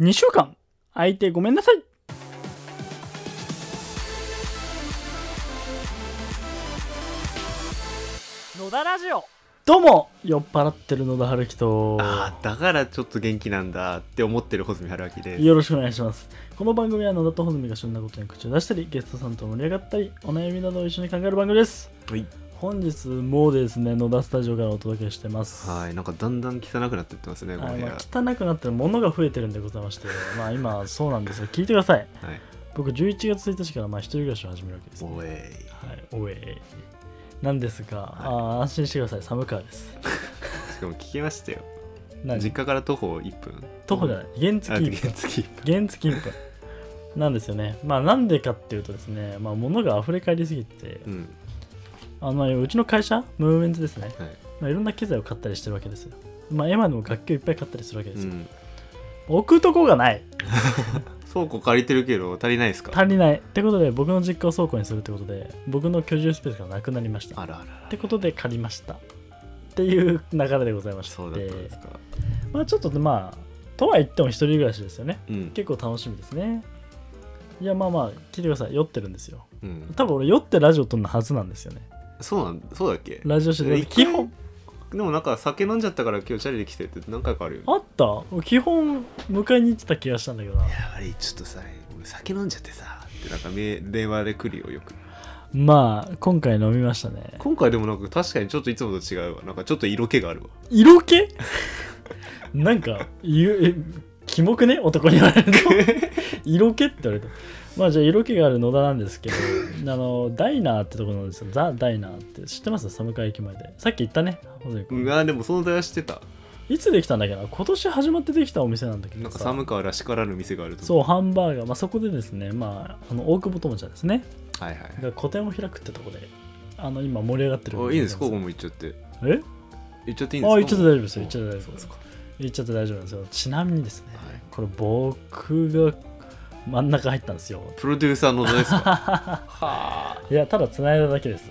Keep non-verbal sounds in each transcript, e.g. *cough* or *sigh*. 2週間空いてごめんなさい野田ラジオどうも酔っ払ってる野田春樹とああだからちょっと元気なんだって思ってる穂積春明ですよろしくお願いしますこの番組は野田と穂積が旬なことに口を出したりゲストさんと盛り上がったりお悩みなどを一緒に考える番組ですはい本日もですね野田スタジオからお届けしてますはいなんかだんだん汚くなってってますねこのはい部屋まはあ、汚くなってるものが増えてるんでございまして、まあ、今そうなんですが聞いてくださいい僕11月1日からまあ一人暮らしを始めるわけです、はおえいい、おえなんですが、あー安心してください寒川ですしかも聞きましたよ何実家から徒歩1分徒歩じゃない原あ付原一付本1分原付一本なんですよねまあなんでかっていうとですねまあ物が溢れ返りすぎて、うんあのうちの会社ムーブメンツですね、はいまあ、いろんな機材を買ったりしてるわけですよまあ今でも楽器をいっぱい買ったりするわけでうすよ、ん置くとこがない倉庫借りてるけど足りないですか足りないってことで僕の実家を倉庫にするってことで僕の居住スペースがなくなりましたっあらあらあらてことで借りましたっていう流れでございましてそうだったんですかまあちょっとねまあとは言っても一人暮らしですよねうん結構楽しみですねいやまあまあ聞いてください酔ってるんですようん多分俺酔ってラジオ撮るのはずなんですよねそうなんそうだっけラジオしてえる一基回本でもなんか酒飲んじゃったから今日チャリで来てって何回かあるよねあった基本迎えに行ってた気がしたんだけどなやばいちょっとさ俺酒飲んじゃってさってなんかメ電話で来るよよくまあ今回飲みましたね今回でもなんか確かにちょっといつもと違うわなんかちょっと色気があるわ色気なんか言うえキモくね男に言われる *laughs* と色気って言われたまあじゃあ色気がある野田なんですけどあのダイナーってとこなんですよザ・ダイナーって知ってます寒川駅前でさっき言ったね細谷う君わでも存在は知ってたいつできたんだっけな今年始まってできたお店なんだけなどんかさ寒川らしからぬ店があるとそううハンバーガー、まあ、そこでですね、まあ、あの大久保友ちゃんですねはいはいが個展を開くってとこであの今盛り上がってるおいいんですここも行っちゃってえ行っちゃっていいんですあか言っちゃって大丈夫ですよ言もっうちゃって大丈そ夫でうですすか言っちゃって大丈夫なんですよちなみにですね、はいこれ僕が真ん中入ったんですよプロデューサーの野田で *laughs* すかはあいやただ繋いだだけです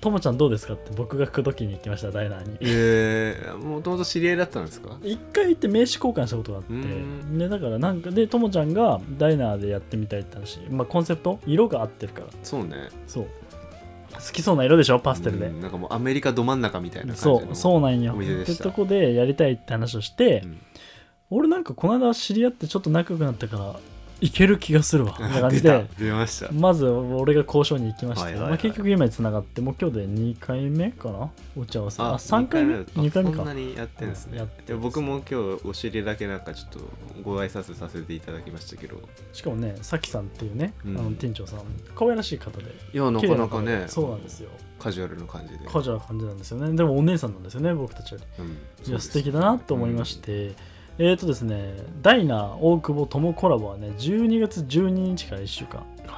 ともちゃんどうですかって僕が口説きに行きましたダイナーにええもともと知り合いだったんですか一回行って名刺交換したことがあっうてんでだからなんかでともちゃんがダイナーでやってみたいって話、まあ、コンセプト色が合ってるからそうねそう好きそうな色でしょパステルでうんなんかもうアメリカど真ん中みたいな感じのそうそうなんよお店っでてしたとこでやりたいって話をして、うん俺なんかこの間知り合ってちょっと仲良くなったからいける気がするわみたいな感 *laughs* 出じたで出ましたまず俺が交渉に行きまして、はいはいはいまあ、結局今に繋がってもう今日で2回目かなお茶合わせあ3回目2二回目あそんなかにやってんですねやってますいや僕も今日お尻だけなんかちょっとご挨拶させていただきましたけどしかもねさきさんっていうね、うんあの店長さん可愛らしい方でいやな綺か麗な方かでねそうなんですよカジュアルな感じで、カジュアルな感じなんですよねでもお姉さんなんですよね僕たちよりうんいや素敵だなと思いまし、て、えっ、ー、とですねダイナー大久保友コラボはね12月12日から1週間そうです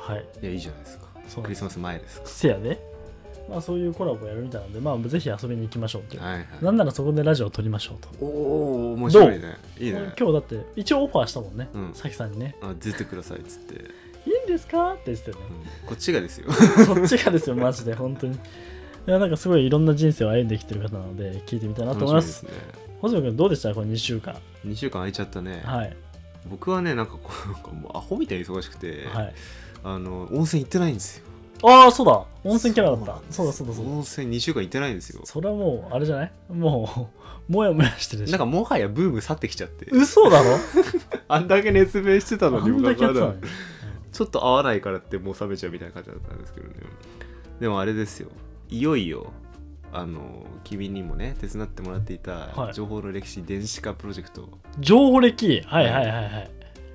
はいはいいやいいじゃないですかそうなんですクリスマス前ですかせやで、まあ、そういうコラボやるみたいなんでまあぜひ遊びに行きましょうっていう、はいはいなんならそこでラジオを撮りましょうとおお面白いねいいね今日だって一応オファーしたもんね、うんさきさんにねあ出てくださいっつって、うん「いいんですか?」って言ってたよね、こっちがで *laughs* すよそっちがですよマジで本当にいやなんかすごいいろんな人生を歩んできてる方なので聞いてみたいなと思いま楽しみですすね星野君どうでしたこの2週間2週間空いちゃったね、はい僕はねなんかこうなんかもうアホみたいに忙しくて、はいあの温泉行ってないんですよああそうだ温泉キャラだったそうだなんですそうだそうだ温泉2週間行ってないんですよそれはもうあれじゃないもうもやもやしてるでしなんょかもはやブーム去ってきちゃって嘘だろあんだけ熱弁してたあのにんだけやってたの僕はまにだちょっと合わないからってもう冷めちゃうみたいな感じだったんですけどねでもあれですよいよいよあの君にもね手伝ってもらっていはたい情報の歴史電子化プロジェクト、情報歴はいはいはいはい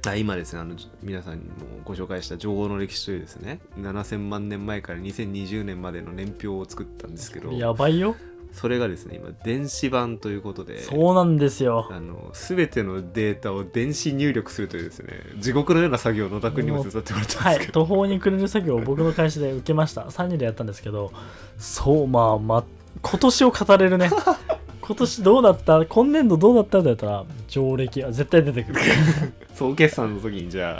あ今ですねあのじ皆さんにもご紹介した情報の歴史というですね7000万年前から2020年までの年表を作ったんですけどやばいよそれがですね今電子版ということでそうなんですよあの全てのデータを電子入力するというですね地獄のような作業を野田君にも手伝ってもらったんはでいすけど、途方に暮れる作業を僕の会社で受けました3人でやったんですけどそうまあまあ今年を語れる *laughs* ね今年どうだった今年度どうだったんだったら上歴は絶対出てくる総決算の時にじゃあ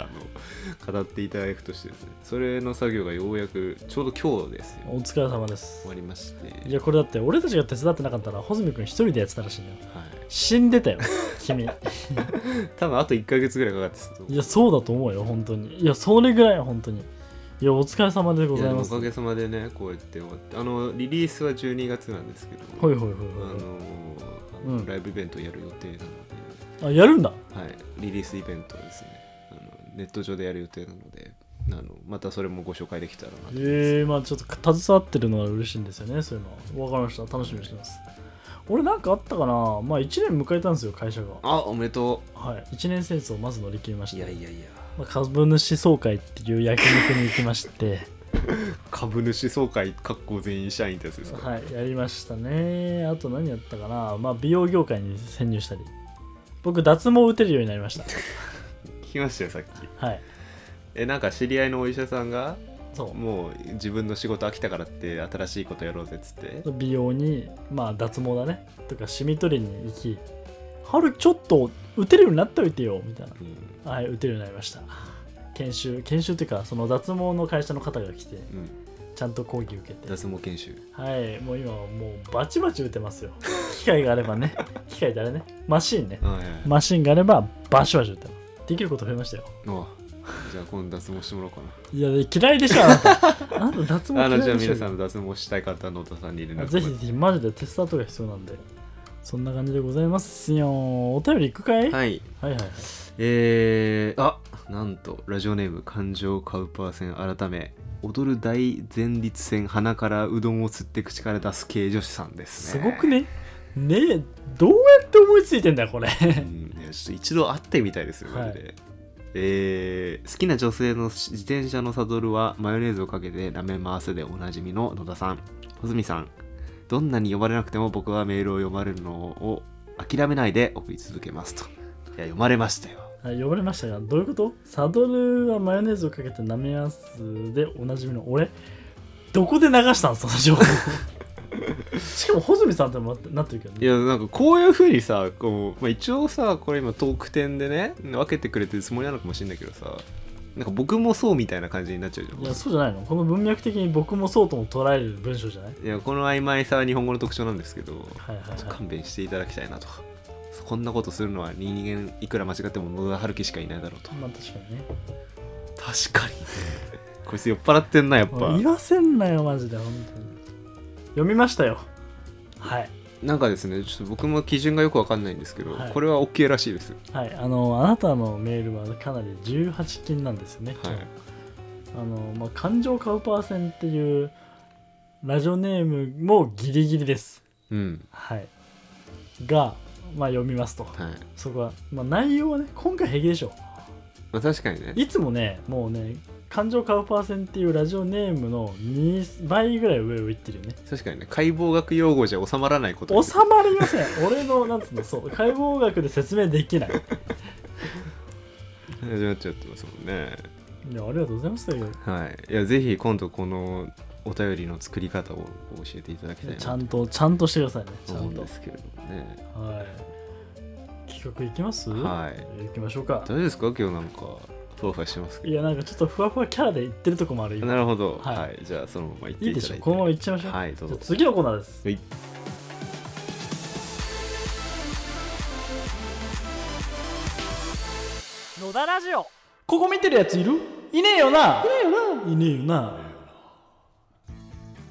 あの語っていただくとしてですねそれの作業がようやくちょうど今日ですよお疲れ様です終わりましていやこれだって俺たちが手伝ってなかったら穂積君一人でやってたらしいんだよはい、死んでたよ君い多分あと1ヶ月ぐらいかかってたと思うやそうだと思うよ本当にいやそれぐらい本当にいやお疲れ様でごいやざいでもまおすはかいげさまでねこうやって終わってあのリリースは12月なんですけど、はいはいあのはあのうんライブイベントをやる予定なので、いあやるんだはい、リリースイベントですねあのネット上でやる予定なのであのまたそれもご紹介できたらなと思います、えー、まあちょっと携わってるのは嬉しいんですよねそういうのわかりました楽しみにしてます俺なんかあったかなまあ1年迎えたんですよ会社があおめでとはい1年生をまず乗り切りましうたいやいやいやまあ、株主総会っていう焼肉に行きまして、株主総会かっこ全員社員ってやつですか、はい、やりましたね。あと何やったかな、まあ、美容業界に潜入したり、僕、脱毛打てるようになりました。 *laughs* 聞きましたよさっきはい、えなんか知り合いのお医者さんがそもう自分の仕事飽きたからって新しいことやろうぜっつってう。美容に、まあ、脱毛だね。とか、シミ取りに行き、春ちょっと打てるようになっておいてよ、みたいうんな。はい、打てるようになりました。研修、研修っていうか、その脱毛の会社の方が来て、うんちゃんと講義受けて。脱毛研修はい、もう今はもうバチバチ打てますよ。機械があればね、 *laughs* 機械ってあれね、マシンね。はいはいはいマシンがあればバシバシ打てます。できること増えましたよ。あじゃあ今度脱毛してもらおうかないや、嫌いでしょ、あ *laughs* なた。あなた *laughs* 脱毛嫌あいのでしじょゃあ皆さんの脱毛したい方の田さんに連絡ぜひぜひ、マジでテスタートが必要なんで。そんな感じでございますよ。お便り行くかい、はい、ははいいはいえー、あなんとラジオネーム感情カウパー戦改め踊る大前立腺鼻からうどんを吸って口から出す系女子さんですすねごくねねえ、どうやって思いついてんだよ、これ。うんいやちょっと一度会ってみたいですよ、はいマジでえー好きな女性の自転車のサドルはマヨネーズをかけて舐め回すでおなじみの野田さん穂積さんどんなに呼ばれなくても僕はメールを読まれるのを諦めないで送り続けますといや読まれましたよはい呼ばれましたが、どういうことサドルはマヨネーズをかけて舐めやすでおなじみの俺、どこで流したんその情 *laughs* 報。しかも、穂積さんってもらってなってるけどいね。やなんかこういうふうにさこう、まあ、一応さこれ今トーク展でね分けてくれてるつもりなのかもしれないけどさなんか僕もそうみたいな感じになっちゃうじゃんいや、そうじゃないのこの文脈的に僕もそうとも捉える文章じゃないいやこの曖昧さは日本語の特徴なんですけどはいはいはい。勘弁していただきたいなとこんなことするのは人間いくら間違っても野田春樹しかいないだろうとまあ確かにね。確かにこいつ酔っ払ってんなやっぱ *laughs* 言わせんなよ、マジで、本当に。読みましたよ。はい。なんかですねちょっと僕も基準がよくわかんないんですけど、はいこれは OK らしいですはい。あの、あなたのメールはかなり18禁なんですよね、は今い日。あの、まあ、感情カウパー戦っていうラジオネームもギリギリです。うんはい。が、まあ、読みますと。はい、そこは、まあ、内容はね、今回平気でしょ。まあ、確かにねいつもね、もうね、感情カウパー戦っていうラジオネームの2倍ぐらい上をいってるよね。確かにね解剖学用語じゃ収まらないこと収まり *laughs* ません俺のなんつうのそう解剖学で説明できないいや始まっちゃってますもんねありがとうございますよはいいやぜひ今度このお便りの作り方を教えていただきたいなちゃとんとちゃんとしてくださいねちゃ思うんんとですけれどもねはい企画いきますはい行きましょうか大丈夫ですか今日なんかふわふわしてますけどいやなんかちょっとふわふわキャラで言ってるとこもある今なるほど、ははいい、じゃあそのまま行っていいいでただい。してょこのまま行っちゃいましょう、はい、どうじゃぞあ。次のコーナーですはい野田ラジオここ見てるやついるいねえよないねえよないねえよな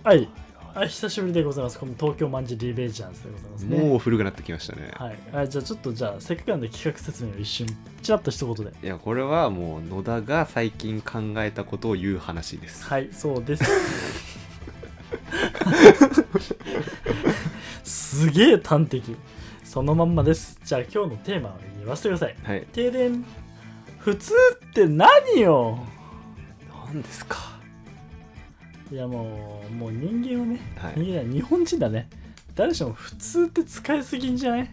はいあ久しぶりでございますこの東京マンジリベンジャーズでございますねもう古くなってきましたね。はい、あじゃあちょっとじゃあせっかくなんで企画説明を一瞬ちらっと一言でいや、これはもう野田が最近考えたことを言う話です。はいそうです *laughs* *laughs* すげえ端的そのまんまですじゃあ今日のテーマを言わせてくださいはい。停電普通って何よ何ですかいやもうもう人間はね、はい人間は日本人だね誰しも普通って使いすぎんじゃない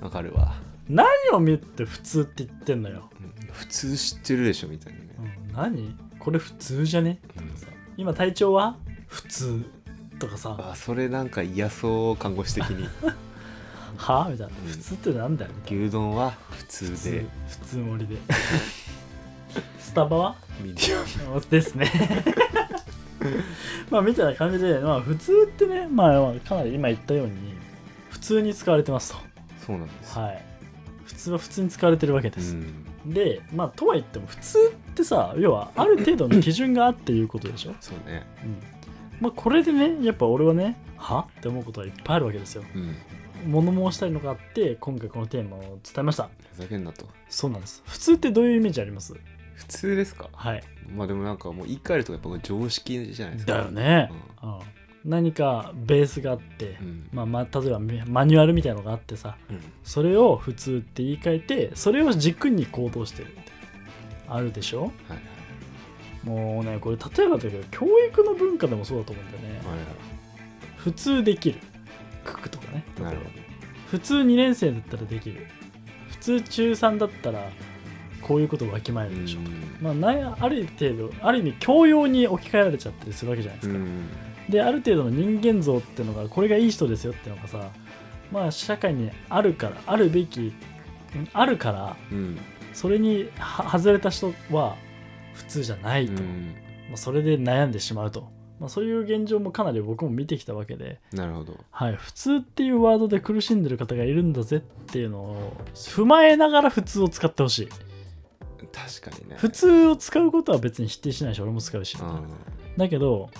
わかるわ、何を見て普通って言ってんのよ、うん普通知ってるでしょみたいなねう。ん、何これ普通じゃねうん今体調は普通とかさあ、それなんか嫌そう、看護師的に。はみたいな普通ってなんだよみたいな牛丼は普普通通で。普通盛りでスタバはミディアムですねまあみたいな感じで、まあ、普通ってね、まあ、まあかなり今言ったように普通に使われてますそうなんです、とはい普通は普通に使われてるわけでうす、んでまあとはいっても普通ってさ要はある程度の基準があっていうことでしょ、そうねうんまあ、これでねやっぱ俺はねはって思うことはいっぱいあるわけですようん物申したいのがあって今回このテーマを伝えましたふざけんなとそうなんです普通ってどういうイメージあります普通ですかはいまあでもなんかもう言い換えるとやっぱこれ常識じゃないですかだよね、うん何かベースがあって、うんまあ、まあ例えばめマニュアルみたいのがあってさうんそれを普通って言い換えてそれを軸に行動してるってあるでしょはいもうねこれ例えばだけど教育の文化でもそうだと思うんだよねはいはい普通できる区区とかね例えばなるほど普通2年生だったらできる普通中3だったらこういうことをわきまえるでしょ、うまあ、ないある程度ある意味教養に置き換えられちゃったりするわけじゃないですんか、うんである程度の人間像ってのがこれがいい人ですよってのがさまあ社会にあるからあるべきんあるからうんそれには外れた人は普通じゃないと、うんまあ、それで悩んでしまうと、まあ、そういう現状もかなり僕も見てきたわけで、なるほどはい、普通っていうワードで苦しんでる方がいるんだぜっていうのを踏まえながら普通を使ってほしい確かにね普通を使うことは別に否定しないし俺も使うし、うんだけど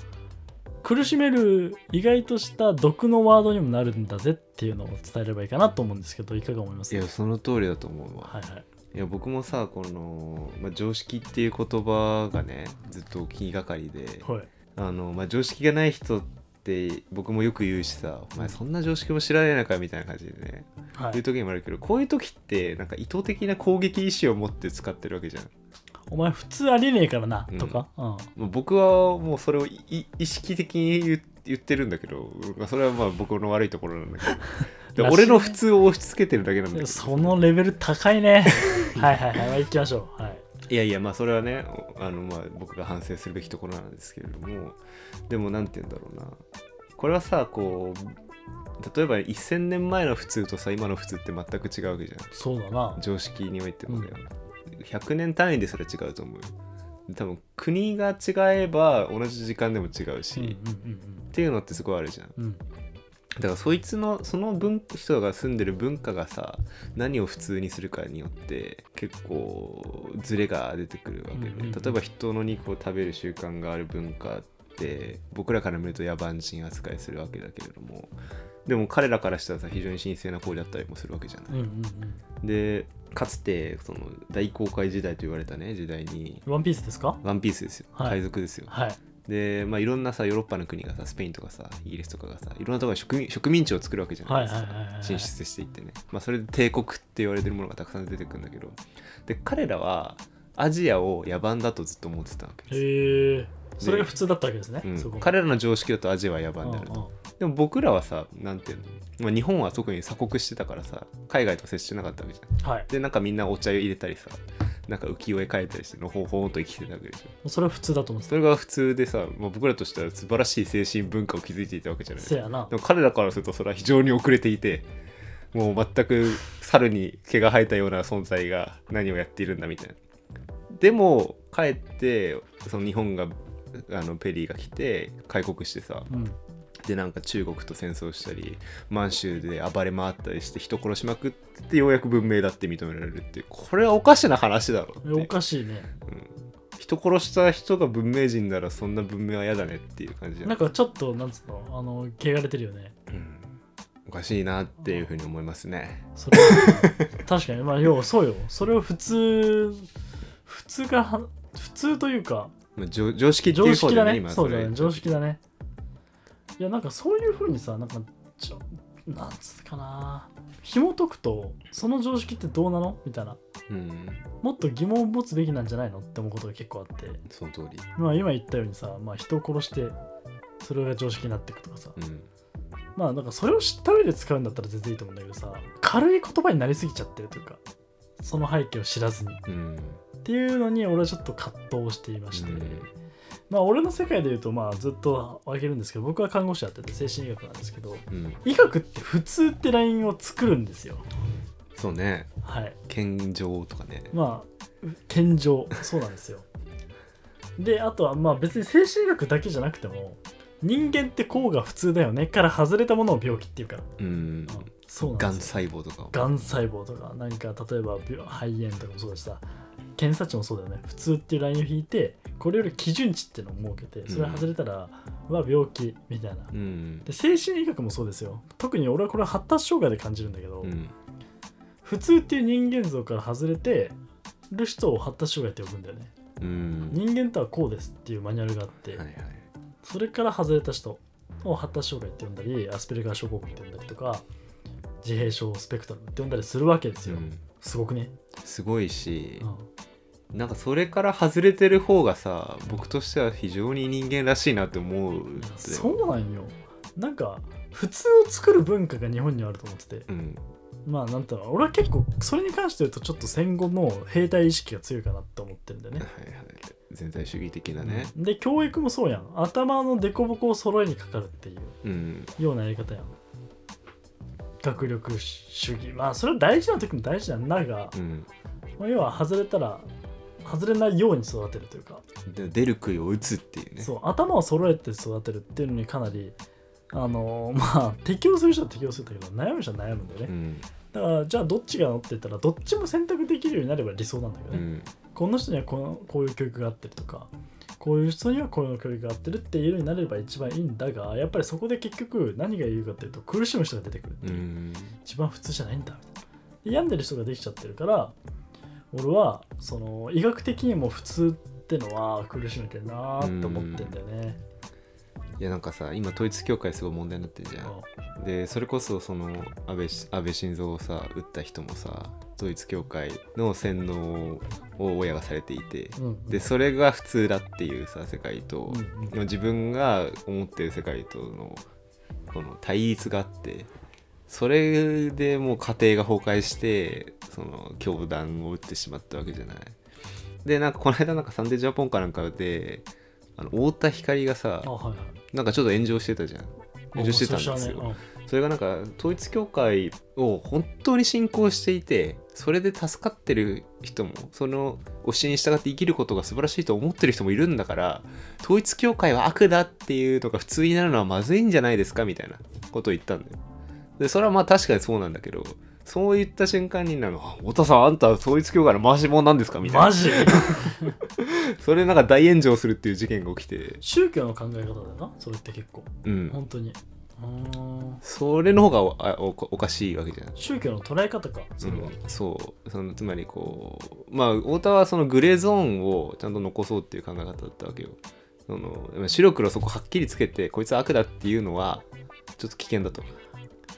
苦しめる意外とした毒のワードにもなるんだぜっていうのを伝えればいいかなと思うんですけどいかが思いまいすやその通りだと思うわ、はいはいいや僕もさこの、まあ、常識っていう言葉がねずっと気がかりではいあの、まあ、常識がない人って僕もよく言うしさ「お前そんな常識も知らねえのか」みたいな感じでねは言うい時もあるけどこういう時ってなんか意図的な攻撃意志を持って使ってるわけじゃん。お前普通ありえねえからな、うんとか、うん、まあ僕はもうそれをい意識的に言う言ってるんだけどまあそれはまあ僕の悪いところなんだけどで *laughs* らしいね俺の普通を押し付けてるだけなんだけどそのレベル高い *laughs* ねはいはいはい、まあ、行きましょうはいいやいやまあそれはねおあのまあ僕が反省するべきところなんですけれどもでも何て言うんだろうなこれはさこう例えば1,000年前の普通とさ今の普通って全く違うわけじゃそうだなん常識においてもね、100年単位ですら違うと思うよ多分国が違えば同じ時間でも違うし、うんうんっていうのってすごいあるじゃんうんうんだからそいつのその文人が住んでる文化がさ何を普通にするかによって結構ズレが出てくるわけで、うんうんうん例えば人の肉を食べる習慣がある文化って僕らから見ると野蛮人扱いするわけだけれどもでも彼らからしたらさ非常に神聖な行為だったりもするわけじゃなうんい。うんうんでかつてその大航海時代と言われたね時代にうんワンピースですかワンピースですよはい海賊ですよ、はいで、まあ、いろんなさヨーロッパの国がさスペインとかさイギリスとかがさいろんなところに植民植民地を作るわけじゃなはいいはいではすかい、はい進出していってね、まあ、それで帝国って言われてるものがたくさん出てくるんだけどで彼らはアジアを野蛮だとずっと思ってたわけです、へえそれが普通だったわけですね、うんそこが彼らの常識だとアジアは野蛮であるとうんうんでも僕らはさなんていうの、まあ、日本は特に鎖国してたからさ海外と接してなかったわけじゃんはいでなんかみんなお茶入れたりさなんか浮世絵描いたりしてのほほんと生きてたわけでしょそれは普通だと思うんですそれが普通でさ、まあ、僕らとしては素晴らしい精神文化を築いていたわけじゃないですかせやなでも彼らからするとそれは非常に遅れていてもう全く猿に毛が生えたような存在が何をやっているんだみたいな。でもかえってその日本があのペリーが来て開国してさうんでなんか中国と戦争したり満州で暴れ回ったりして人殺しまくってようやく文明だって認められるっていうこれはおかしな話だろってえおかしいね人殺した人が文明人ならそんな文明は嫌だねっていう感じじゃなんかちょっとなんつうのあの汚れてるよねうんおかしいなっていうふうに思いますね。 *laughs* それは確かにまあ要はそうよそれを普通普通がは普通というかまあ、常常識ってい常う方識だよだねね今そうれだね常識だねいやなんかそういうふうにさなんかちょなんつうかな紐解くとその常識ってどうなのみたいなうんもっと疑問を持つべきなんじゃないのって思うことが結構あってその通りまあ今言ったようにさ、まあ、人を殺してそれが常識になっていくとかさうんまあなんかそれを知った上で使うんだったら全然いいと思うんだけどさ軽い言葉になりすぎちゃってるというかその背景を知らずにっうんていうのに俺はちょっと葛藤をしていまして、まあ俺の世界で言うとまあずっと分けるんですけど僕は看護師やってて精神医学なんですけどうん医学って普通ってラインを作るんですよそうねはい健常とかねまあ天井そうなんですよであとはまあ別に精神力だけじゃなくても人間ってこうが普通だよねから外れたものを病気っていうから、うんうんそうながんんですよ細胞とかをがん細胞とかなんか例えば病肺炎とかもそうだしさ検査値もそうだよね普通っていうラインを引いてこれより基準値っていうのを設けてそれが外れたら、は病気みたいなうんで精神医学もそうですよ特に俺はこれは発達障害で感じるんだけど、うん普通っていう人間像から外れてる人を発達障害って呼ぶんだよねうん人間とはこうですっていうマニュアルがあって、はいはいそれから外れた人を発達障害って呼んだりアスペルガー症候群って呼んだりとか自閉症スペクトラムって呼んだりするわけですうよ、んすごくね、すごいしう、んなんかそれから外れてる方がさ僕としては非常に人間らしいなって思ういやってそうなんよなんか普通を作る文化が日本にはあると思っててうんまあなんだろう俺は結構それに関して言うとちょっと戦後の兵隊意識が強いかなって思ってるんだよはいねはい全体主義的なねうんで教育もそうやん頭の凸凹を揃えにかかるっていううんようなやり方やん学力主義まあそれは大事な時も大事なんだがう、ん、まあ要は外れたら外れないように育てるというかで出る杭を打つっていうねそう頭を揃えて育てるっていうのにかなりあのーまあ適応する人は適応するんだけど悩む人は悩むんだよね、うんだからじゃあどっちが乗って言ったらどっちも選択できるようになれば理想なんだけどうね、んこの人にはこのこういう教育があってるとかこういう人にはこういう教育があってるっていうようになれば一番いいんだがやっぱりそこで結局何が言うかっていうと苦しむ人が出てくるってういう、ん一番普通じゃないんだみたいなで病んでる人ができちゃってるから俺はその医学的にも普通ってのは苦しめてるなーって思ってんだよね、いやなんかさ今統一教会すごい問題になってるじゃんでそれこそその安倍し安倍晋三をさ撃った人もさ統一教会の洗脳を親がされていてうんうん、でそれが普通だっていうさ世界うとんうんでも自分が思ってる世界とのこの対立があってそれでもう家庭が崩壊してその教団を打ってしまったわけじゃない。でなんかこの間なんかサンデージャポンかなんかであの太田光がさあはいはいなんかちょっと炎上してたじゃん炎上してたんですよ。あそれがなんか統一教会を本当に信仰していてそれで助かってる人もその教えに従って生きることが素晴らしいと思ってる人もいるんだから統一教会は悪だっていうのが普通になるのはまずいんじゃないですかみたいなことを言ったんだよ。でそれはまあ確かにそうなんだけどそう言った瞬間になんかあ「太田さんあんた統一教会の回し者なんですか?」みたいマなジそれでなんか大炎上するっていう事件が起きて宗教の考え方だよなそれって結構うん本当にうーんそれの方がおあおおかしいわけじゃん。宗教の捉え方かそれは、うんそうそのつまりこうまあ太田はそのグレーゾーンをちゃんと残そうっていう考え方だったわけよその白黒そこはっきりつけてこいつは悪だっていうのはちょっと危険だとい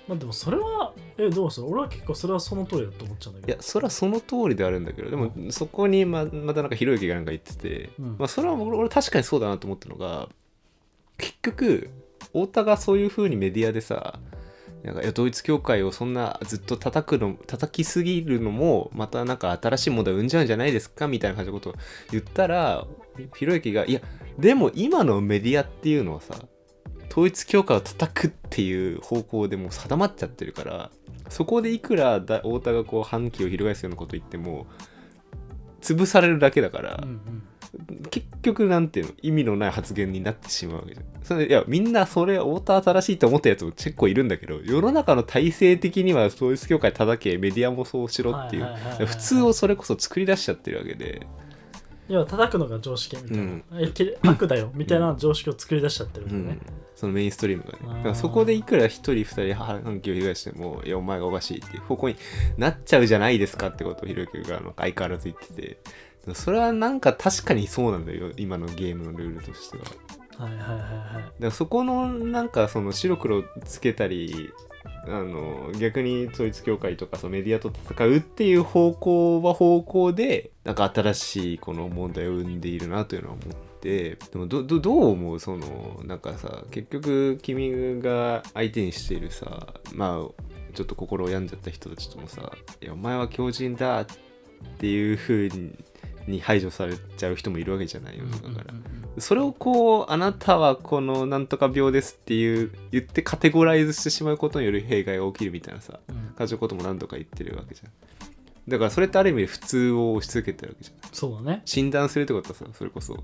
まあでもそれはえどうする俺は結構それはその通りだと思っちゃうんだけやどそれはその通りであるんだけどでもそこにままたなんかひろゆきがなんか言ってて、うんまあ、それは俺俺確かにそうだなと思ったのが結局太田がそういう風にメディアでさなんかいやドイツ教会をそんなずっと叩くの叩きすぎるのもまたなんか新しい問題を生んじゃうんじゃないですかみたいな感じのことを言ったらひろゆきが「いやでも今のメディアっていうのはさ統一教会を叩くっていう方向でもう定まっちゃってるからそこでいくらだ太田がこう反旗を翻すようなこと言っても潰されるだけだから、うんうん結局なんていうの意味のない発言になってしまうわけじゃんそれいやみんなそれ太田正しいと思ったやつも結構いるんだけど世の中の体制的には統一教会叩けメディアもそうしろっていはいはいはいはうい普通をそれこそ作り出しちゃってるわけで要は叩くのが常識みたいな、うんえき悪だよみたいな常識を作り出しちゃってるんだよね、そのメインストリームがねあーだからそこでいくら一人二人反響を被害してもいやお前がおかしいっていう方向になっちゃうじゃないですかってことをひろゆきがあの相変わらず言っててそれはなんか確かにそうなんだよ今のゲームのルールとしてははいはいはいはいだからそこのなんかその白黒つけたりあの逆に統一教会とかそのメディアと戦うっていう方向は方向でなんか新しいこの問題を生んでいるなというのは思ってでもどどどう思うそのなんかさ結局君が相手にしているさまあちょっと心を病んじゃった人たちともさ「いやお前は狂人だ」っていう風にに排除されちゃう人もいるわけじゃないよだから。うんうんうんそれをこうあなたはこのなんとか病ですっていう言ってカテゴライズしてしまうことによる弊害が起きるみたいなさうん感じのことも何度か言ってるわけじゃんだからそれってある意味で普通を押し付けてるわけじゃないそうだね診断するってことはさそれこそ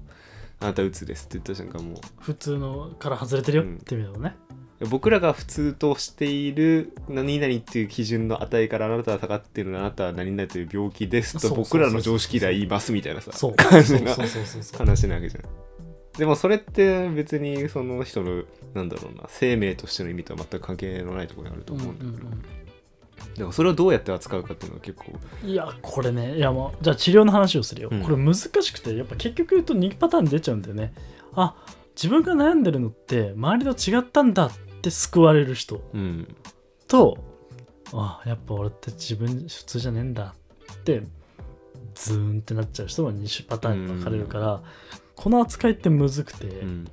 あなたうつですって言った瞬間も普通のから外れてるよ、うんって意味だもんねう僕らが普通としている何々っていう基準の値からあなたは下がってるのあなたは何々という病気でそすうとそうそう僕らの常識では言いますみたいなさ *laughs* そう感そうそじうなそうそうそう話なわけじゃんでもそれって別にその人のなんだろうな生命としての意味とは全く関係のないところにあるとうんう思うんだけど、んでもそれをどうやって扱うかっていうのは結構うんいやこれねいやもうじゃあ治療の話をするよ、うんこれ難しくてやっぱ結局言うと2パターン出ちゃうんだよねあ自分が悩んでるのって周りと違ったんだって救われる人うんとあやっぱ俺って自分普通じゃねえんだってズーンってなっちゃう人の2種パターンに分かれるから、この扱いってむずくて、うん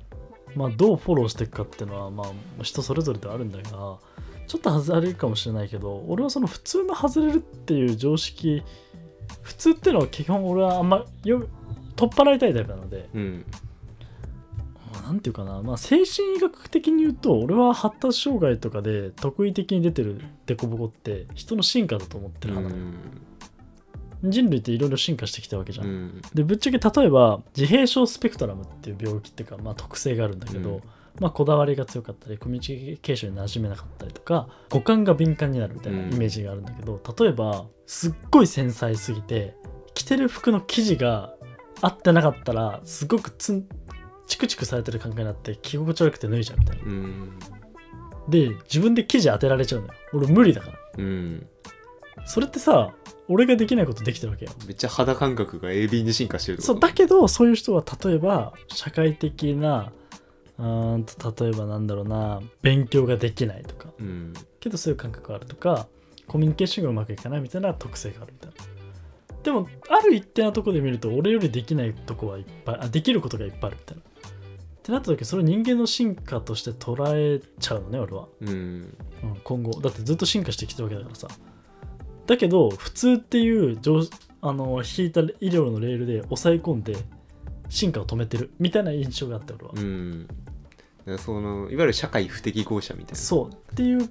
まあどうフォローしていくかっていうのはまあ人それぞれではあるんだがちょっと外れるかもしれないけど俺はその普通の外れるっていう常識普通っていうのは基本俺はあんまよ取っ払いたいタイプなのでうんまあなんていうかな、まあ、精神医学的に言うと俺は発達障害とかで特異的に出てる凸凹って人の進化だと思ってるう派なのよ、ん人類っていろいろ進化してきたわけじゃん、うんでぶっちゃけ例えば自閉症スペクトラムっていう病気っていうか、まあ、特性があるんだけど、うんまあ、こだわりが強かったりコミュニケーションに馴染めなかったりとか五感が敏感になるみたいなうんイメージがあるんだけど、例えばすっごい繊細すぎて着てる服の生地が合ってなかったらすごくつんチクチクされてる感覚になって着心地悪くて脱いじゃうみたいなうんで自分で生地当てられちゃうのよ俺無理だからうんそれってさ俺ができないことできてるわけよめっちゃ肌感覚が鋭敏に進化してるってそこうとだけどそういう人は例えば社会的なうーんと例えばなんだろうな勉強ができないとかうんけどそういう感覚があるとかコミュニケーションがうまくいかないみたいな特性があるみたいなでもある一定なとこで見ると俺よりできないとこはいっぱいあできることがいっぱいあるみたいなってなった時それを人間の進化として捉えちゃうのね俺はうんうん、今後だってずっと進化してきてるわけだからさだけど普通っていう常あの引いた医療のレールで抑え込んで進化を止めてるみたいな印象があって俺は、うんだからそのいわゆる社会不適合者みたいなそうっていう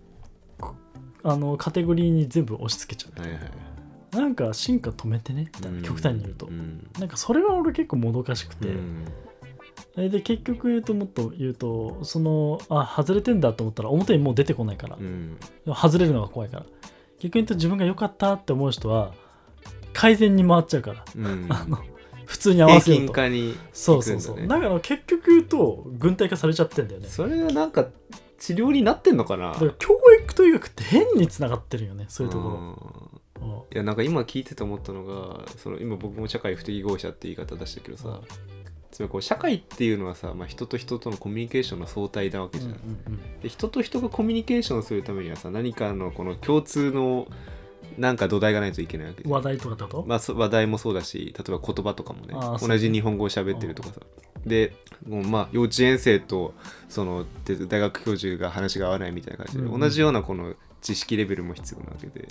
こあのカテゴリーに全部押し付けちゃはいはいはいうなんか進化止めてねみたいな極端に言うと、うんなんかそれは俺結構もどかしくて、うんえで結局言うともっと言うとそのあ外れてんだと思ったら表にもう出てこないからう、ん外れるのが怖いから逆に言うと自分が良かったって思う人は改善に回っちゃうからうん *laughs* あの普通に合わ平せよ均うと化にそうそうそう行だ,、くんだねから結局言うと軍隊化されちゃってんだよねそれがなんか治療になってんのかなだから教育と医学って変につながってるよねそういうとこうんろうんいやなんか今聞いてて思ったのがその今僕も社会不適合者って言い方出したけどさつまりこう社会っていうのはさ、まあ、人と人とのコミュニケーションの相対なわけじゃん、うんで人と人がコミュニケーションするためにはさ何かのこの共通のなんか土台がないといけないわけうんじゃん話題とかってこと、まあ、そ話題もそうだし例えば言葉とかもねあーそう同じ日本語を喋ってるとかさでもうまあ幼稚園生とそので大学教授が話が合わないみたいな感じで、うんうん同じようなこの知識レベルも必要なわけで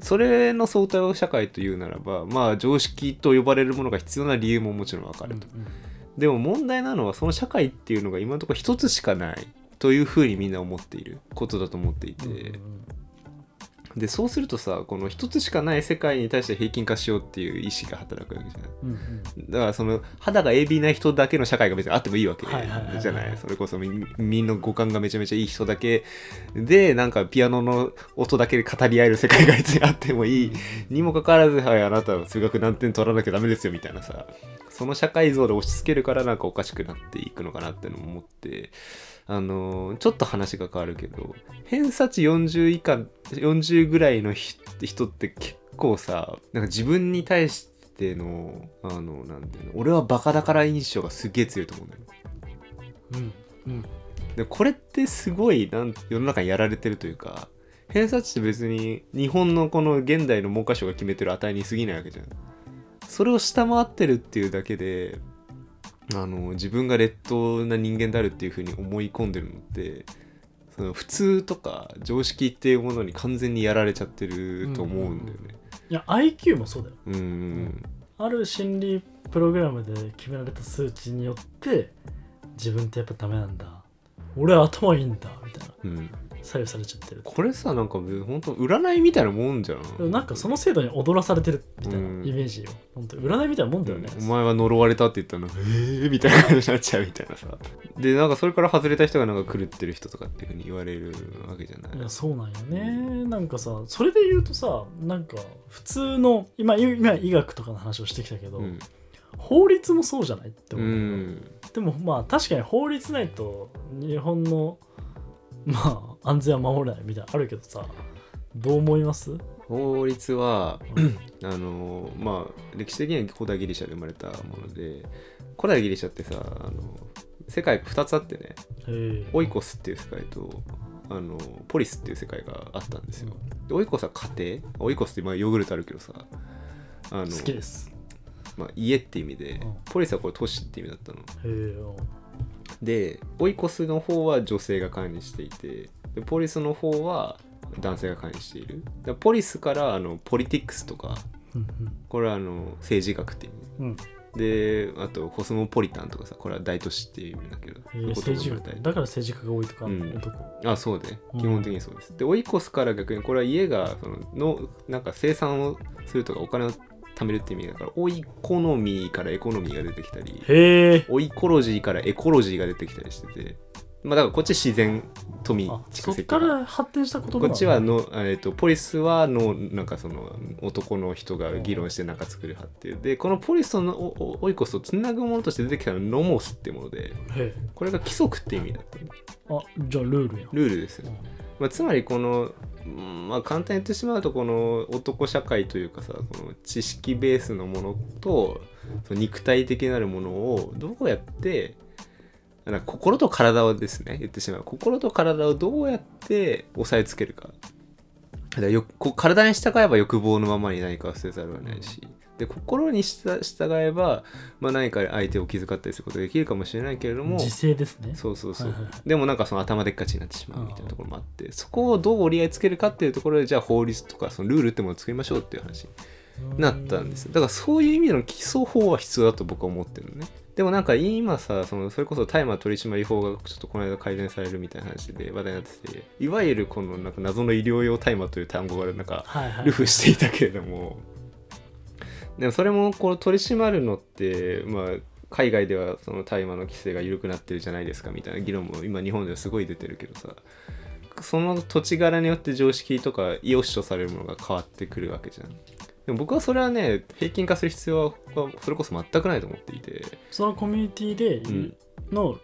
それの相対を社会というならばまあ常識と呼ばれるものが必要な理由ももちろんわかると、うんうんでも問題なのはその社会っていうのが今のところ一つしかないというふうにみんな思っていることだと思っていて、うんでそうするとさこの一つしかない世界に対して平均化しようっていう意思が働くわけじゃないうんうんだからその肌が鋭敏な人だけの社会が別にあってもいいわけはいはいはいはいじゃないそれこそ耳耳の五感がめちゃめちゃいい人だけでなんかピアノの音だけで語り合える世界が別にあってもいいにもかかわらずはいあなたは数学何点取らなきゃダメですよみたいなさその社会像で押し付けるからなんかおかしくなっていくのかなってのも思ってあのーちょっと話が変わるけど偏差値40以下40ぐらいのひ人って結構さなんか自分に対してのあのなんていうの俺はバカだから印象がすげえ強いと思うんだようんうんでこれってすごいなん世の中にやられてるというか偏差値って別に日本のこの現代の文科省が決めてる値に過ぎないわけじゃんそれを下回ってるっていうだけであの自分が劣等な人間であるっていうふうに思い込んでるのってその普通とか常識っていうものに完全にやられちゃってると思うんだよねいや IQ もそうだようんある心理プログラムで決められた数値によって自分ってやっぱダメなんだ俺は頭いいんだみたいなうんうん左右されちゃってるこれさなんか本当占いみたいなもんじゃんでもなんかその制度に踊らされてるみたいなうんイメージよ、本当占いみたいなもんだよね、お前は呪われたって言ったのえー、みたいな感じになっちゃうみたいなさでなんかそれから外れた人がなんか狂ってる人とかっていうふうに言われるわけじゃないいやそうなんよねなんかさそれで言うとさなんか普通の今今医学とかの話をしてきたけど、うん法律もそうじゃないってう思う、んでもまあ確かに法律ないと日本のまあ安全は守れないみたいなのあるけどさどう思います、法 *clears throat* 律はうんあのーまあ歴史的には古代ギリシャで生まれたもので古代ギリシャってさあの世界が2つあってねええオイコスっていう世界とあのポリスっていう世界があったんですよでオイコスは家庭オイコスって今ヨーグルトあるけどさあの好きですまあ、家って意味でうんポリスはこれ都市って意味だったのへえうんでオイコスの方は女性が管理していてでポリスの方は男性が管理しているだからポリスからあのポリティックスとかうんこれはあの政治学って意味うん、であとコスモポリタンとかさこれは大都市っていう意味だけど、ええ言葉政治が大学だから政治家が多いとか、うん男あそうねうん基本的にそうです、で追い越すから逆にこれは家がそののなんか生産をするとかお金を貯めるって意味だからオイコノミーからエコノミーが出てきたりへえオイコロジーからエコロジーが出てきたりしててまあだからこっち自然富あ蓄そっ積から発展した言葉なこのっちはの、えー、とポリスはのなんかその男の人が議論してなんか作る派っていうでこのポリスとのおおオイコスをつなぐものとして出てきたのはノモスってものでへえこれが規則って意味だったのあじゃあルールやルールですよ、まあ、つまりこの、うんまあ、簡単に言ってしまうとこの男社会というかさこの知識ベースのものとその肉体的なるものをどうやってなんか心と体をですね言ってしまう心と体をどうやって押さえつけるかだからよこう体に従えば欲望のままに何かを捨てざるを得ないしで心にした従えば、まあ、何か相手を気遣ったりすることができるかもしれないけれども時制ですねそうそうそう、はいはいはでもなんかその頭でっかちになってしまうみたいなところもあってそこをどう折り合いつけるかっていうところでじゃあ法律とかそのルールってものを作りましょうっていう話になったんですよだからそういう意味での基礎法は必要だと僕は思ってるのねでもなんか今さそのそれこそ大麻取締法がちょっとこの間改善されるみたいな話で話題になってていわゆるこのなんか謎の医療用大麻という単語がなんかはいはいルフしていたけれどもでもそれもこう取り締まるのって、まあ、海外ではその大麻の規制が緩くなってるじゃないですかみたいな議論も今日本ではすごい出てるけどさその土地柄によって常識とか良しとされるものが変わってくるわけじゃん。でも僕はそれはね平均化する必要はそれこそ全くないと思っていて、そのコミュニティでうんの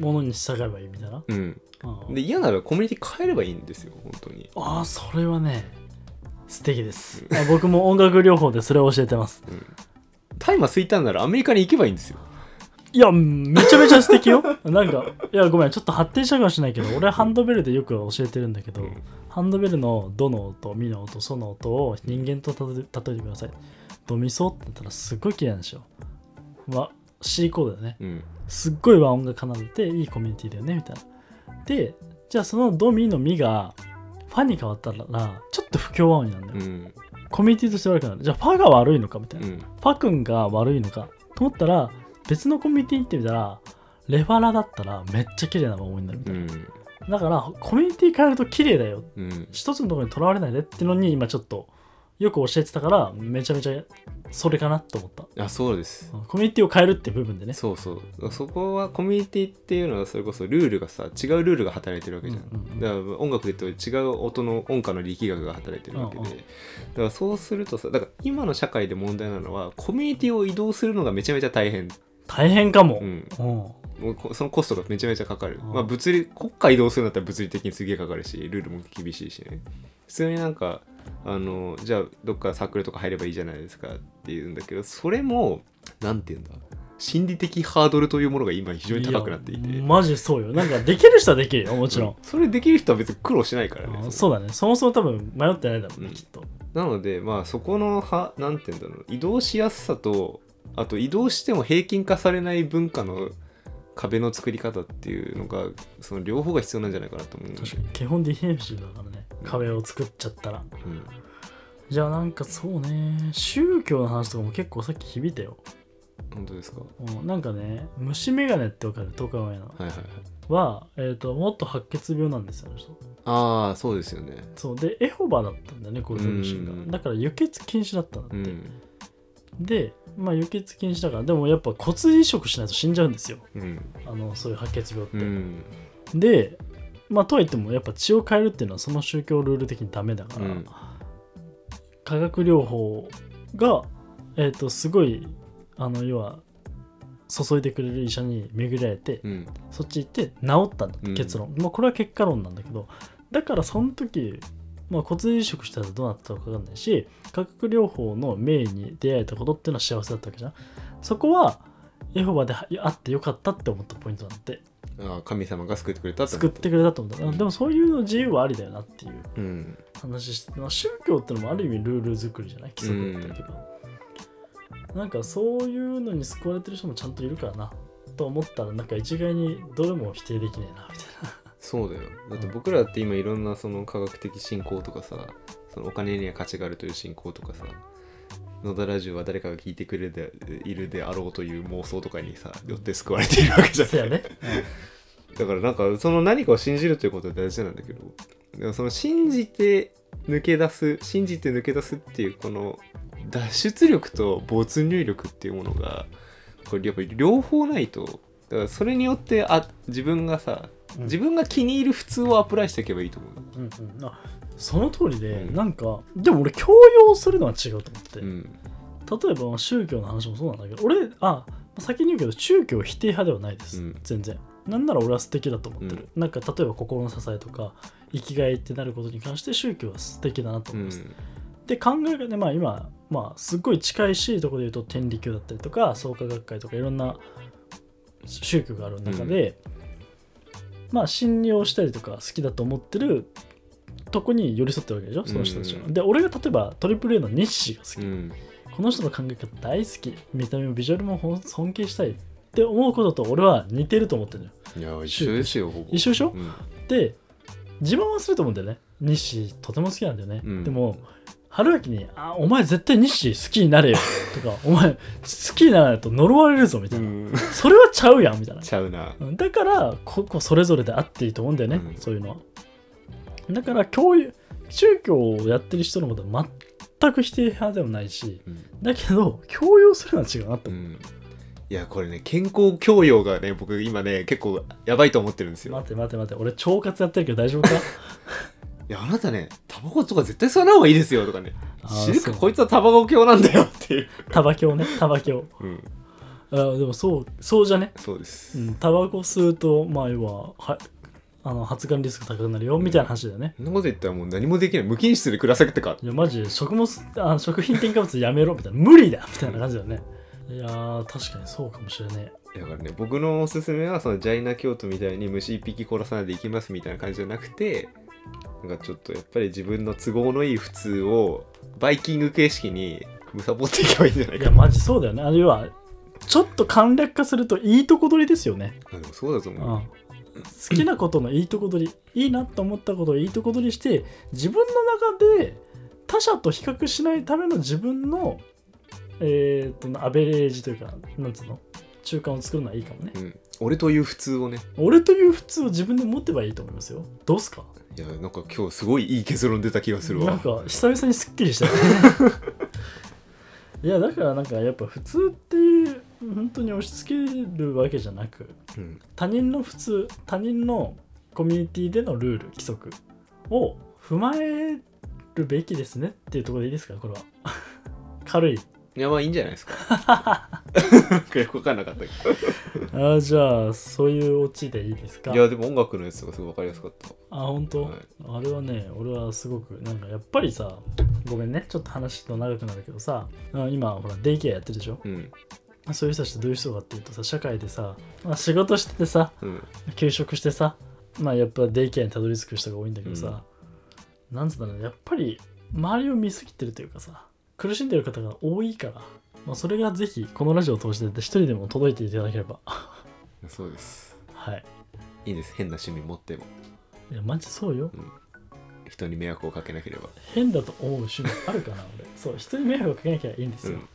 ものに従えばいいみたいな、うん、うんで嫌ならコミュニティ変えればいいんですよ本当に。ああそれはね素敵ですあ僕も音楽療法でそれを教えてます大麻吸いたんならアメリカに行けばいいんですよ。いやめちゃめちゃ素敵よ *laughs* なんかいやごめんちょっと発展したかもしれないけど俺ハンドベルでよく教えてるんだけど、うんハンドベルのドの音ミの音ソの音を人間と例え例えてくださいドミソって言ったらすっごい綺麗なんですよわ C コードだよねうんすっごい和音が奏でていいコミュニティだよねみたいな。でじゃあそのドミのミがファに変わったらちょっと不協和音になるんだうよ、んコミュニティとして悪くなるじゃあファが悪いのかみたいうな、んファ君が悪いのかと思ったら別のコミュニティ行ってみたらレファラだったらめっちゃ綺麗な和音になるみたういな、んだからコミュニティ変えると綺麗だようん一つのところにとらわれないでってのに今ちょっとよく教えてたからめちゃめちゃそれかなと思ったあそうですうんコミュニティを変えるって部分でねそうそうそこはコミュニティっていうのはそれこそルールがさ違うルールが働いてるわけじゃん、うんうんうんだから音楽で言うと違う音の音歌の力学が働いてるわけで、うんうんだからそうするとさだから今の社会で問題なのはコミュニティを移動するのがめちゃめちゃ大変、大変かも、うん、うんもうこそのコストがめちゃめちゃかかる、うんまあ物理国家移動するんだったら物理的にすげえかかるしルールも厳しいしね普通になんかあのじゃあどっかサークルとか入ればいいじゃないですかっていうんだけどそれもなんて言うんだ心理的ハードルというものが今非常に高くなっていてやマジそうよなんかできる人はできるよもちろん、それできる人は別に苦労しないからねあそうだねそもそも多分迷ってないだろうね、うんきっとなのでまあそこのはなんて言うんだろう移動しやすさとあと移動しても平均化されない文化の壁の作り方っていうのがその両方が必要なんじゃないかなと思うんだよね確かに基本ディフェンシブだからね壁を作っちゃったらうんじゃあなんかそうね宗教の話とかも結構さっき響いたよあ本当ですかうんなんかね虫眼鏡ってわかる東海オンエアのはいはいはいは、えー、ともっと白血病なんですよあの人ああそうですよねそうでエホバだったんだよね向上心がうんだから輸血禁止だったんだうって、んでまあ輸血禁止だからでもやっぱ骨移植しないと死んじゃうんですようんあのそういう白血病って、うんでまあとはいってもやっぱ血を変えるっていうのはその宗教ルール的にダメだから、うん化学療法がえっ、とすごいあの要は注いでくれる医者に巡り会えて、うんそっち行って治ったんだってうん結論、まあこれは結果論なんだけどだからその時、まあ、骨移植したらどうなったか分かんないし化学療法の名医に出会えたことっていうのは幸せだったわけじゃんそこはエホバで会ってよかったって思ったポイントなんでああ神様が救ってくれたって救ってくれたと思った、うんでもそういうの自由はありだよなっていううん話してて、まあ、宗教ってのもある意味ルール作りじゃない規則だったけど、なんかそういうのに救われてる人もちゃんといるからなと思ったらなんか一概にどれも否定できねえなみたいなそうだよだって僕らって今いろんなその科学的信仰とかさそのお金には価値があるという信仰とかさ野田ラジオは誰かが聞いてくれているであろうという妄想とかにさよって救われているわけじゃそなやいね。だからなんかその何かを信じるということは大事なんだけどでもその信じて抜け出す信じて抜け出すっていうこの脱出力と没入力っていうものがこれやっぱり両方ないとだからそれによってあ自分がさうん自分が気に入る普通をアプライしていけばいいと思ううんうん、あその通りで、うんなんかでも俺強要するのは違うと思って、うん例えばまあ宗教の話もそうなんだけど俺あ先に言うけど宗教否定派ではないです、うん全然なんなら俺は素敵だと思ってる、なんか例えば心の支えとか生きがいってなることに関して宗教は素敵だなとう思いんます、で考えがねまあ今まあすっごい近いしいところで言うと天理教だったりとか創価学会とかいろんな宗教がある中で、まあ信用したりとか好きだと思ってるとこに寄り添ってるわけでしょその人たちは、うんで俺が例えば AAA の西が好き、うんこの人の考え方大好き見た目もビジュアルもほん尊敬したいって思うことと俺は似てると思ってるのよいや一緒ですよほぼ一緒でしょうんで自慢はすると思うんだよね西とても好きなんだよね、うんでも春秋に「あお前絶対西好きになれよ」 *laughs* とか「お前好きにならないと呪われるぞ」みたいな、それはちゃうやんみたいなちゃうなうんだからここそれぞれであっていいと思うんだよね、うんそういうのはだから教育宗教をやってる人のことは全く否定派でもないしうんだけど強要するのは違うなってう思んいやこれね健康教養がね僕今ね結構やばいと思ってるんですう、よ待って待って待って俺腸活やってるけど大丈夫か *laughs* いや、あなたね、タバコとか絶対吸わない方がいいですよとかね。あー知るそか、うこいつはタバコ教なんだよっていう。タバキをねタバキをうん、あでもそうそうじゃねそうです。うん、タバコ吸うと、まあ、要は、はあの発がんリスク高くなるよ、みたいな話だよね。そんなこと言ったらもう何もできない。無菌室で暮らせってか。いや、マジで食物、あ食品添加物やめろ、みたいな。無理だみたいな感じだよね。いやー、確かにそうかもしれない。だからね、僕のおすすめは、そのジャイナ教徒みたいに虫一匹殺さないでいきますみたいな感じじゃなくて、なんかちょっとやっぱり自分の都合のいい普通を、バイキング形式に、むさぼっていけばいいんじゃないいかや、マジそうだよね。あるいは、ちょっと簡略化するといいとこ取りですよね。あでもそうだとうん。思う。好きなことのいいとこ取り、いいなと思ったことをいいとこ取りして、自分の中で他者と比較しないための自分の、えっ、と、アベレージというか、なんつうの中間を作るのはいいかもね。うん、俺という普通をね、俺という普通を自分で持ってばいいと思いますよどうすかいや、なんか今日すごいいい結論出た気がするわ。なんか久々にすっきりした *laughs* いやだからなんかやっぱ普通っていう本当に押し付けるわけじゃなくうん、他人の普通他人のコミュニティでのルール規則を踏まえるべきですねっていうところでいいですかこれは *laughs* 軽いいや、まあいいんじゃないですか。 *laughs* なんかよくわかんなかったけど。あーじゃあそういうオチでいいですかいやでも音楽のやつがすごい分かりやすかったあ本当、はいあれはね俺はすごくなんかやっぱりさごめんねちょっと話と長くなるけどさうん今ほらデイケアやってるでしょうんそういう人たちってどういう人かっていうとさ社会でさまあ仕事しててさうん休職してさまあやっぱデイケアにたどり着く人が多いんだけどさ、なんつうんだろうねやっぱり周りを見すぎてるというかさ苦しんでる方が多いから、まあ、それがぜひこのラジオを通して一人でも届いていただければそうですはいいいです変な趣味持ってもいやマジそうよ人に迷惑をかけなければ変だと思う趣味あるかな俺そう人に迷惑をかけなきゃいいんですよ、うん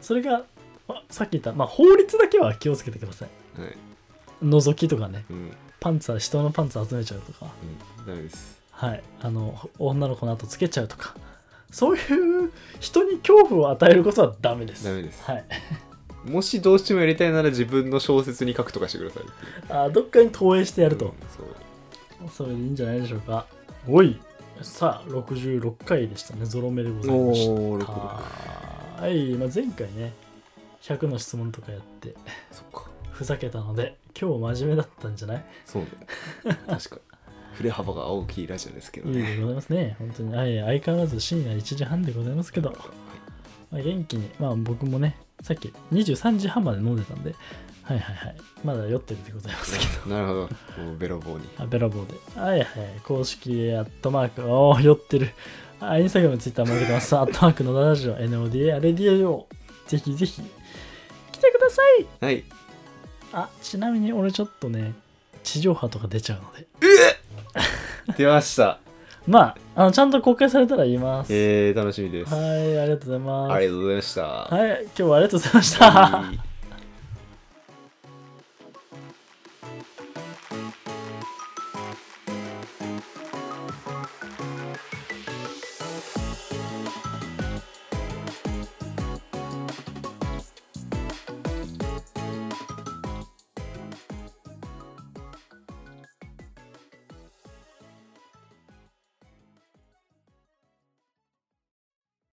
それがまさっき言った、まあ、法律だけは気をつけてくださいはい覗きとかねうん、うん、パンツは人のパンツ集めちゃうとかダメですはいあの女の子の後つけちゃうとかそういう人に恐怖を与えることはダメですダメですはい、もしどうしてもやりたいなら自分の小説に書くとかしてくださいっていうあどっかに投影してやると、うんそうそれでいいんじゃないでしょうかおいさあ66回でしたねゾロ目でございましたおー66はい、まあ、前回ね100の質問とかやってそっかふざけたので今日真面目だったんじゃないそうね確か振れ幅が大きいラジオですけどいいでねございますね本当にはい相変わらず深夜1時半でございますけど、はまあ、元気にまあ僕もねさっき23時半まで飲んでたんではいはいはいまだ酔ってるでございますけどいなるほどこうベロ棒にあ、ベラボーで。はいはい。公式アットマーク、おー、酔ってる。あ、インスタグラム、ツイッターも上げてます。 *laughs* アットマークのラジオ、NODA、レディオ。ぜひぜひ、来てください。はいあ、ちなみに俺ちょっとね、地上波とか出ちゃうので。出ましたまあ、あのちゃんと公開されたら言います。えー、楽しみですはい、ありがとうございます。ありがとうございました *laughs* はい、今日はありがとうございました。はい